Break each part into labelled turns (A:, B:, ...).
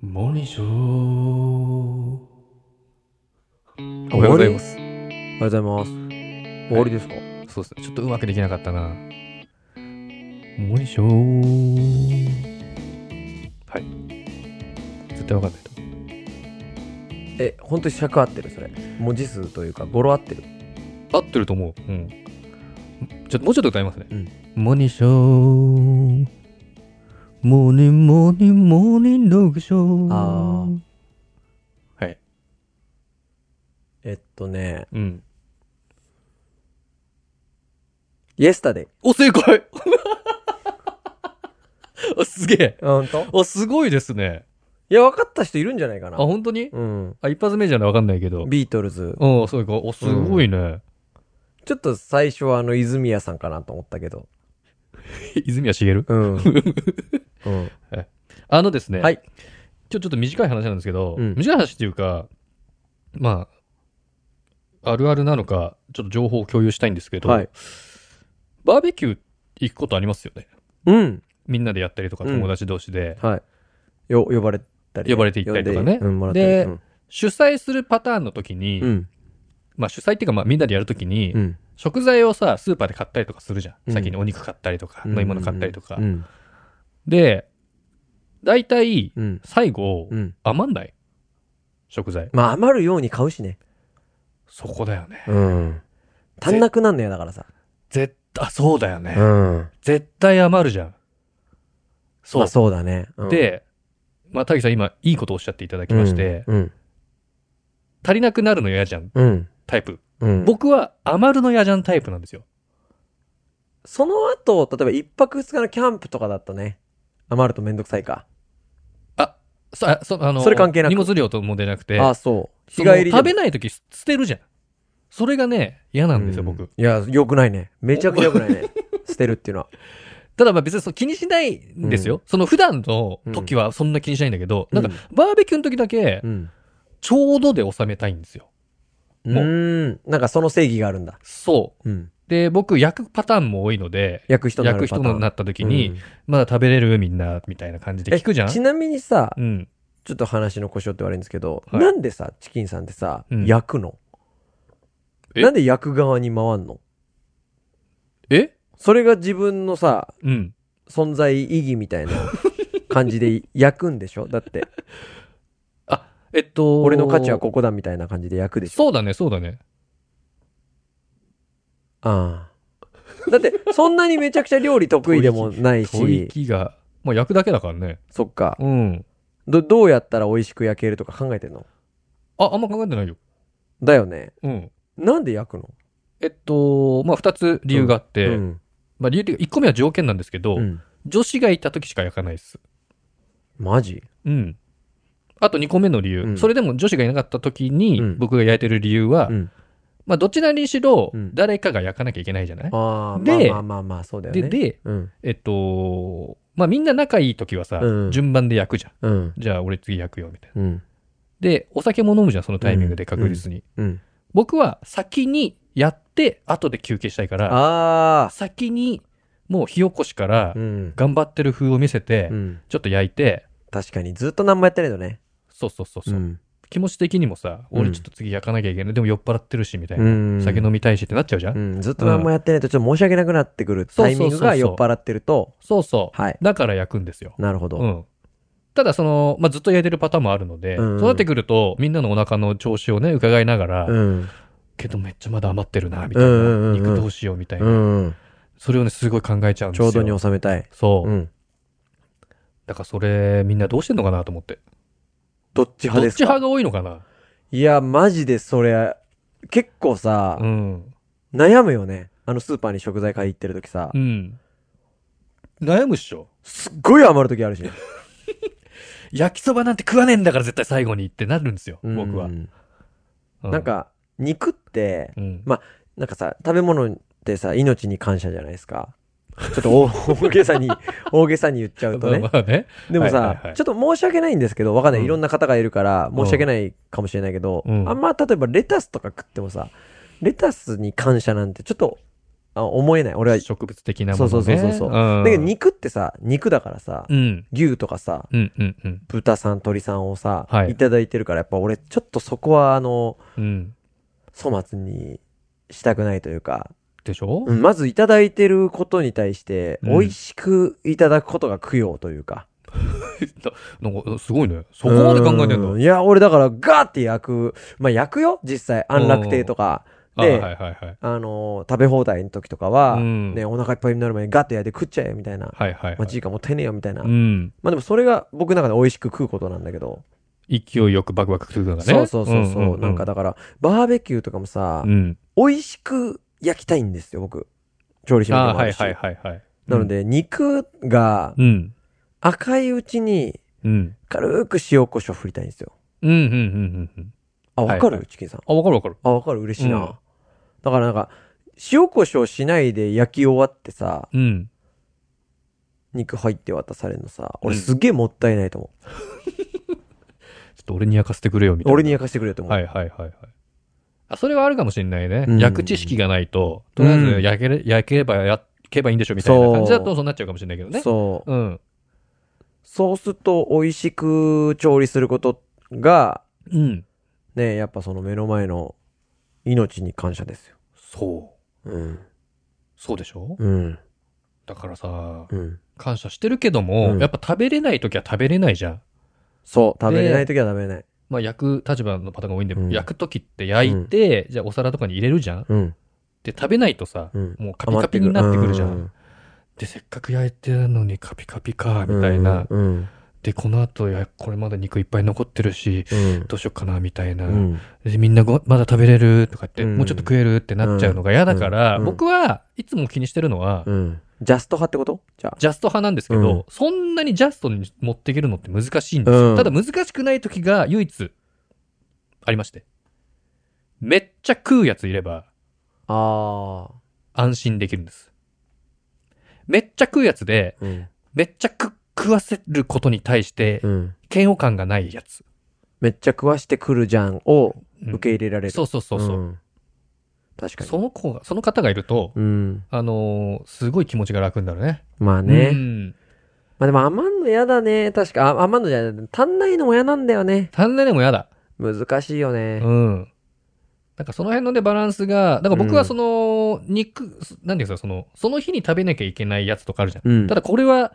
A: モーニングショー。
B: おはようございます。
C: おはようございます。終わりですか、
B: そうですね。ちょっとうまくできなかったな。
A: モーニングショー。
B: 絶対わかんないと。
C: え、本当に尺合ってるそれ。文字数というか、語呂合ってる。
B: 合ってると思う。うん。ちょっともうちょっと歌いますね。
A: モーニングショー。モーニングモーニングモーニングログショー。
C: あー
B: はい。
C: えっとね、
B: うん。
C: イエスタデイ。
B: お、正解 おすげえ。
C: うんと
B: お、すごいですね。
C: いや、分かった人いるんじゃないか
B: あ、
C: な。
B: 本当に
C: うん。
B: あ、一発目じゃないわかんないけど。
C: ビートルズ。
B: うん、そうか。お、すごいね。
C: ちょっと最初はあの、泉谷さんかなと思ったけど。
B: 泉谷しげる
C: うん。 うん。
B: あのですね。
C: はい。
B: 今日ちょっと短い話なんですけど、
C: うん
B: 短い話っていうか、まあ、あるあるなのか、ちょっと情報を共有したいんですけど、
C: はい
B: バーベキュー行くことありますよね。
C: うん。
B: みんなでやったりとか、
C: うん
B: 友達同士で、
C: はい。よ、呼ばれたりね、
B: 呼ばれて行ったりとかね
C: 呼んでうん、もらったり
B: で
C: うん
B: 主催するパターンの時に、
C: うん。
B: まあ主催っていうか、まあみんなでやる時に、
C: うん。
B: 食材をさ、スーパーで買ったりとかするじゃん。
C: うん
B: 先にお肉買ったりとか、飲み物買ったりとか。
C: うん。
B: で、大体、
C: うん。
B: 最後、
C: うん。
B: 余んない食材。
C: まあ、余るように買うしね。
B: そこだよね。
C: うん。足んなくなんのやだからさ。
B: 絶対、あそうだよね。
C: うん。
B: 絶対余るじゃん。そう。
C: まあそうだね。うん、
B: で、まあ、滝さん今、いいことをおっしゃっていただきまして、
C: うん。
B: 足りなくなるの嫌じゃん、
C: うん。
B: タイプ。
C: うん。僕、
B: 僕は余るの嫌じゃんタイプなんですよ。
C: その後、例えば一泊二日のキャンプとかだとね、余るとめんどくさいか。
B: あ、そ、あそあの、
C: それ関係なく
B: 荷物量とも出なくて、
C: ああ、そう。日
B: その
C: 帰りでも。
B: 食べないとき捨てるじゃん。それがね、嫌なんですよ、
C: う
B: 僕。
C: いや、良くないね。めちゃくちゃ良くない ね。捨てるっていうのは。
B: ただまあ別にそう気にしないんですよ。その普段の時はそんな気にしないんだけど、なんかバーベキューの時だけ
C: う、ん。
B: ちょうどで収めたいんですよ。
C: うーん。なんかその正義があるんだ。
B: そう。
C: うん。
B: で、僕焼くパターンも多いので、
C: 焼く人にな
B: 焼
C: る
B: く
C: パター
B: 人
C: ン。
B: になった時に、
C: うん
B: まだ食べれるみんな、みたいな感じで聞くじゃん
C: ちなみにさ、
B: うん。
C: ちょっと話の故障って悪いんですけど、
B: はい
C: なんでさ、チキンさんってさ、
B: うん
C: 焼くの
B: え
C: なんで焼く側に回んの
B: え
C: それが自分のさ、
B: うん。
C: 存在意義みたいな感じで焼くんでしょ だって、
B: あ、えっと、
C: 俺の価値はここだみたいな感じで焼くでしょ
B: そうだね、そうだね。
C: ああ。だって、そんなにめちゃくちゃ料理得意でもない
B: 吐
C: し、
B: 息が、まあ焼くだけだからね。
C: そっか。
B: うん。
C: ど、どうやったら美味しく焼けるとか考えてんの
B: あ、あんま考えてないよ。
C: だよね。
B: うん。
C: なんで焼くの
B: えっと、まあ二つ理由があって、
C: うん。
B: まあ理由っていうか、一個目は条件なんですけど、
C: うん。
B: 女子がいた時しか焼かないです。
C: マジ
B: うん。あと二個目の理由、
C: うん
B: それでも女子がいなかった時に、
C: うん
B: 僕が焼いてる理由は、
C: うん。
B: まあどちらにしろ
C: う、ん
B: 誰かが焼かなきゃいけないじゃない、
C: ああ、まあ
B: で
C: まあまあまあ、そうだよね。
B: で、で、
C: うん。
B: えっと、まあみんな仲いい時はさ、
C: うん
B: 順番で焼くじゃん。
C: うん。
B: じゃあ俺次焼くよ、みたいな。
C: うん。
B: で、お酒も飲むじゃん、そのタイミングで確実に。
C: うん。
B: 僕は先にやって、後で休憩したいから、
C: ああ。
B: 先にもう火起こしから
C: うん。
B: 頑張ってる風を見せて、
C: うん。
B: ちょっと焼いて、
C: 確かに、ずっと何もやってないとね。
B: そうそうそう
C: う
B: そう、
C: ん。
B: 気持ち的にもさ、
C: うん
B: 俺ちょっと次焼かなきゃいけない。でも酔っ払ってるし、みたいな、
C: うん。
B: 酒飲みたいしってなっちゃうじゃん、
C: うん。ずっと何もやってないと、ちょっと申し訳なくなってくるタイミングが酔っ払ってると、
B: そうそう、
C: はい。
B: だから焼くんですよ。
C: なるほ
B: う
C: ど。
B: ん。ただその、まあ、ずっと焼いてるパターンもあるので、
C: うん
B: そうなってくると、みんなのお腹の調子をね、伺いながら、
C: うん。
B: けどめっちゃまだ余ってるな、みたいな。
C: うんうんうんうん
B: 肉どうしよう、みたいな。
C: うん。
B: それをね、すごい考えちゃうんで
C: ち
B: す
C: ょ
B: よ。
C: うどに収めたい。
B: そう。
C: うん。
B: だからそれ、みんなどうしてんのかなと思って。
C: どっち
B: ど
C: 派
B: っ
C: です
B: ち派
C: か
B: が多いのかない
C: や、マジでそれ、結構さ
B: う、ん。
C: 悩むよね。あのスーパーに食材買い行ってる時さ
B: う、ん。悩むっしょ。
C: すっごい余る時あるしね。
B: 焼きそばなんて食わねえんだから絶対最後にってなるんですよ、 僕は
C: う。ん
B: う
C: なん、か、肉って、
B: うん。
C: なんかさ、食べ物ってさ、命に感謝じゃないですか。ちょっと大 大げさに、大げさに言っちゃうとね
B: ま。あね。
C: でも
B: はいはいは
C: さ
B: い、
C: ちょっと申し訳ないんですけど、わかんな
B: う
C: い。
B: ん
C: いろんな方がいるから、申し訳ないかもしれないけど、
B: うん
C: あんま例えばレタスとか食ってもさ、レタスに感謝なんてちょっとあ思えない。俺は。だ
B: 植物的なものね。
C: そうそうそうそう
B: うん。
C: けど肉ってさ、肉だからさ、
B: うん。
C: 牛とかさ、
B: うんうんうん。
C: 豚さん、鳥さんをさ、
B: はい
C: い、ただいてるから、やっぱ俺、ちょっとそこは、あの、
B: うん。
C: 粗末にしたくないというか、
B: でしょ
C: うんまずいただいてることに対して、
B: うん
C: 美味しくいただくことが供養というか。
B: なんか、すごいね。そこまで考えてん
C: う
B: の
C: いや、俺だから、ガーって焼く、まあ、焼くよ実際、安楽亭とか。
B: あ
C: で、
B: はいはいはい。
C: あのー食べ放題の時とかは、
B: うん
C: ね、お腹いっぱいになる前にガッと焼いて食っちゃえみたいな。
B: はいはい、
C: ま
B: は
C: あ、
B: い。
C: 時間もってねえよみたいな。
B: うん。
C: まあ、でもそれが僕の中で美味しく食うことなんだけど。
B: 勢いよくバクバク食うのがね。
C: そうそうそうそう。
B: んんん
C: なんか、だから、バーベキューとかもさ、
B: うん。
C: 美味しく焼きたいんですよ、僕。調理師
B: あ
C: ので
B: あ、
C: もあ
B: は
C: る
B: い
C: し。
B: はいはいはい。
C: なので、肉が
B: うん、うん。
C: 赤いうちに
B: うん。
C: 軽く塩コショウ振りたいんですよ。
B: うんうんうんうんうん。
C: あ、わか
B: は
C: る、
B: いは
C: チキンさん。
B: あ、わかるわかる。
C: あ、わかる嬉しいな。
B: うん
C: だからなんか、塩コショウしないで焼き終わってさ、
B: うん。
C: 肉入って渡されるのさ、
B: うん
C: 俺すげえもったいないと思
B: ちょっと俺に焼かせてくれよみ
C: う。
B: たいな。
C: 俺に焼かせてくれよと思う。
B: はいはいはいはい。あ、それはあるかもしれないね。
C: うん
B: 焼く知識がないと、とりあえ
C: う
B: ず
C: ん
B: 焼けれ、焼ければや、けばいいんでしょみたいな感じだ
C: そ
B: と
C: う
B: そうなっちゃうかもしれないけどね。
C: そう。
B: うん。
C: そうすると美味しく調理することが、
B: うん。
C: ね、やっぱその目の前の命に感謝ですよ。
B: そう。
C: うん。
B: そうでしょ
C: うん。
B: だからさ、
C: うん。
B: 感謝してるけども、
C: うん
B: やっぱ食べれない時は食べれないじゃん。
C: そう。食べれないときは食べれない。
B: まあ焼く立場のパターンが多いんで、
C: うん
B: 焼く時って焼いて、じゃあお皿とかに入れるじゃん。
C: うん。で
B: で、食べないとさ、
C: うん。
B: もうカピカピになってくるじゃん。
C: うん
B: で、せっかく焼いてるのにカピカピか、みたいな。
C: うん。うん
B: で、この後、いやこれまだ肉いっぱい残ってるし、
C: うん。
B: どうしようかな、みたいな。
C: うん
B: でみんなごまだ食べれるとかって、
C: うん
B: もうちょっと食えるってなっちゃうのが嫌だから、
C: うん
B: 僕はいつも気にしてるのは、
C: うん。ジャスト派ってことじゃあ。
B: ジャスト派なんですけど、
C: うん
B: そんなにジャストに持っていけるのって難しいんですよ。
C: うん
B: ただ難しくない時が唯一ありまして。めっちゃ食うやついれば
C: あ
B: 安心できるんです。めっちゃ食うやつで、
C: あ。うん。
B: めっちゃ食食わせることに対して
C: うん。
B: 嫌悪感がないやつ。
C: めっちゃ食わしてくるじゃんを
B: うん
C: 受け入れられる。
B: そうそうそうそう、
C: ん確かに。
B: その子が、その方がいると、
C: うん。
B: あのーすごい気持ちが楽になるね。
C: まあ
B: う
C: ね。
B: ん
C: まあでも余んの嫌だね。確か、あ余んの嫌だ。足んないのも嫌なんだよね。
B: 足んないでも嫌だ。
C: 難しいよね
B: う。ん。なんかその辺のね、バランスが、だから僕
C: う
B: は
C: ん
B: その、肉、すなんていうんですか、その、その日に食べなきゃいけないやつとかあるじゃん。
C: うん。
B: ただこれは、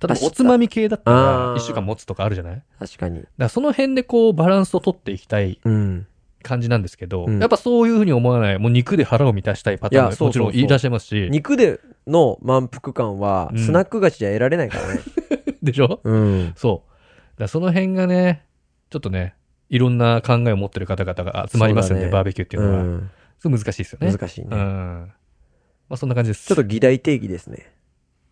B: 例えば
C: 走った
B: おつまみ系だった
C: あ
B: ら
C: ー、
B: 一週間持つとかあるじゃないだか
C: 確かに。
B: らその辺でこう、バランスを取っていきたい
C: うん。
B: 感じなんですけど、
C: うん
B: やっぱそういうふうに思わない、もう肉で腹を満たしたいパターン
C: いや
B: も
C: そう
B: もちろ
C: そ
B: ん
C: うそう
B: いらっしゃいますし、
C: 肉での満腹感は
B: う、ん
C: スナック菓子じゃ得られないからね。
B: でしょ
C: うん。
B: そう。だからその辺がね、ちょっとね、いろんな考えを持ってる方々が集まりますん
C: そう
B: で、
C: だね
B: バーベキューっていう
C: う
B: のは。
C: ん。
B: すごい難しいですよね。
C: 難しい
B: うん。
C: ね。
B: まあそんな感じです。
C: ちょっと議題定義ですね。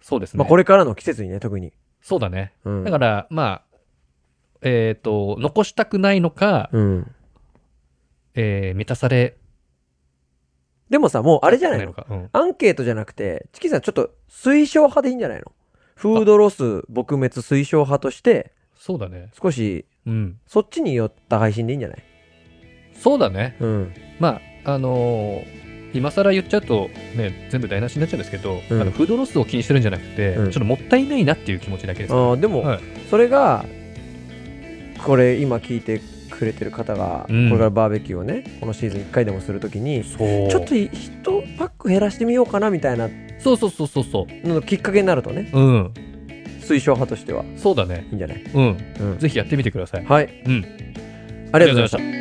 B: そうですね。
C: まあこれからの季節にね、特に。
B: そうだね。
C: うん。
B: だから、まあ、えっ、と、残したくないのか、
C: うん。
B: えー満たされ
C: でもさ、もうあれじゃないの
B: のか。うん
C: アンケートじゃなくて、チキンさんちょっと推奨派でいいんじゃないのフードロス撲滅推奨派として、
B: そうだね。
C: 少し
B: うん。
C: そっちに寄った配信でいいんじゃない
B: そうだね。
C: うん。
B: まあ、あのー今更言っちゃうと、ね、全部台無しになっちゃうんですけど、
C: うん
B: あのフードロスを気にしてるんじゃなくて、
C: うん
B: ちょっともったいないなっていう気持ちだけです。
C: ああ、でも、
B: はい
C: それが、これ今聞いてくれてる方が、
B: うん
C: これからバーベキューをね、このシーズン1回でもするときに、
B: そう
C: ちょっと1パック減らしてみようかなみたいな
B: そうそうそうそうそ
C: ののきっかけになるとね、
B: う。うん。
C: 推奨派としてはい
B: そうだね。
C: いんじゃない
B: うん。
C: うん。
B: ぜひやってみてください。
C: はい。
B: うん
C: ありがとうございました。
B: た。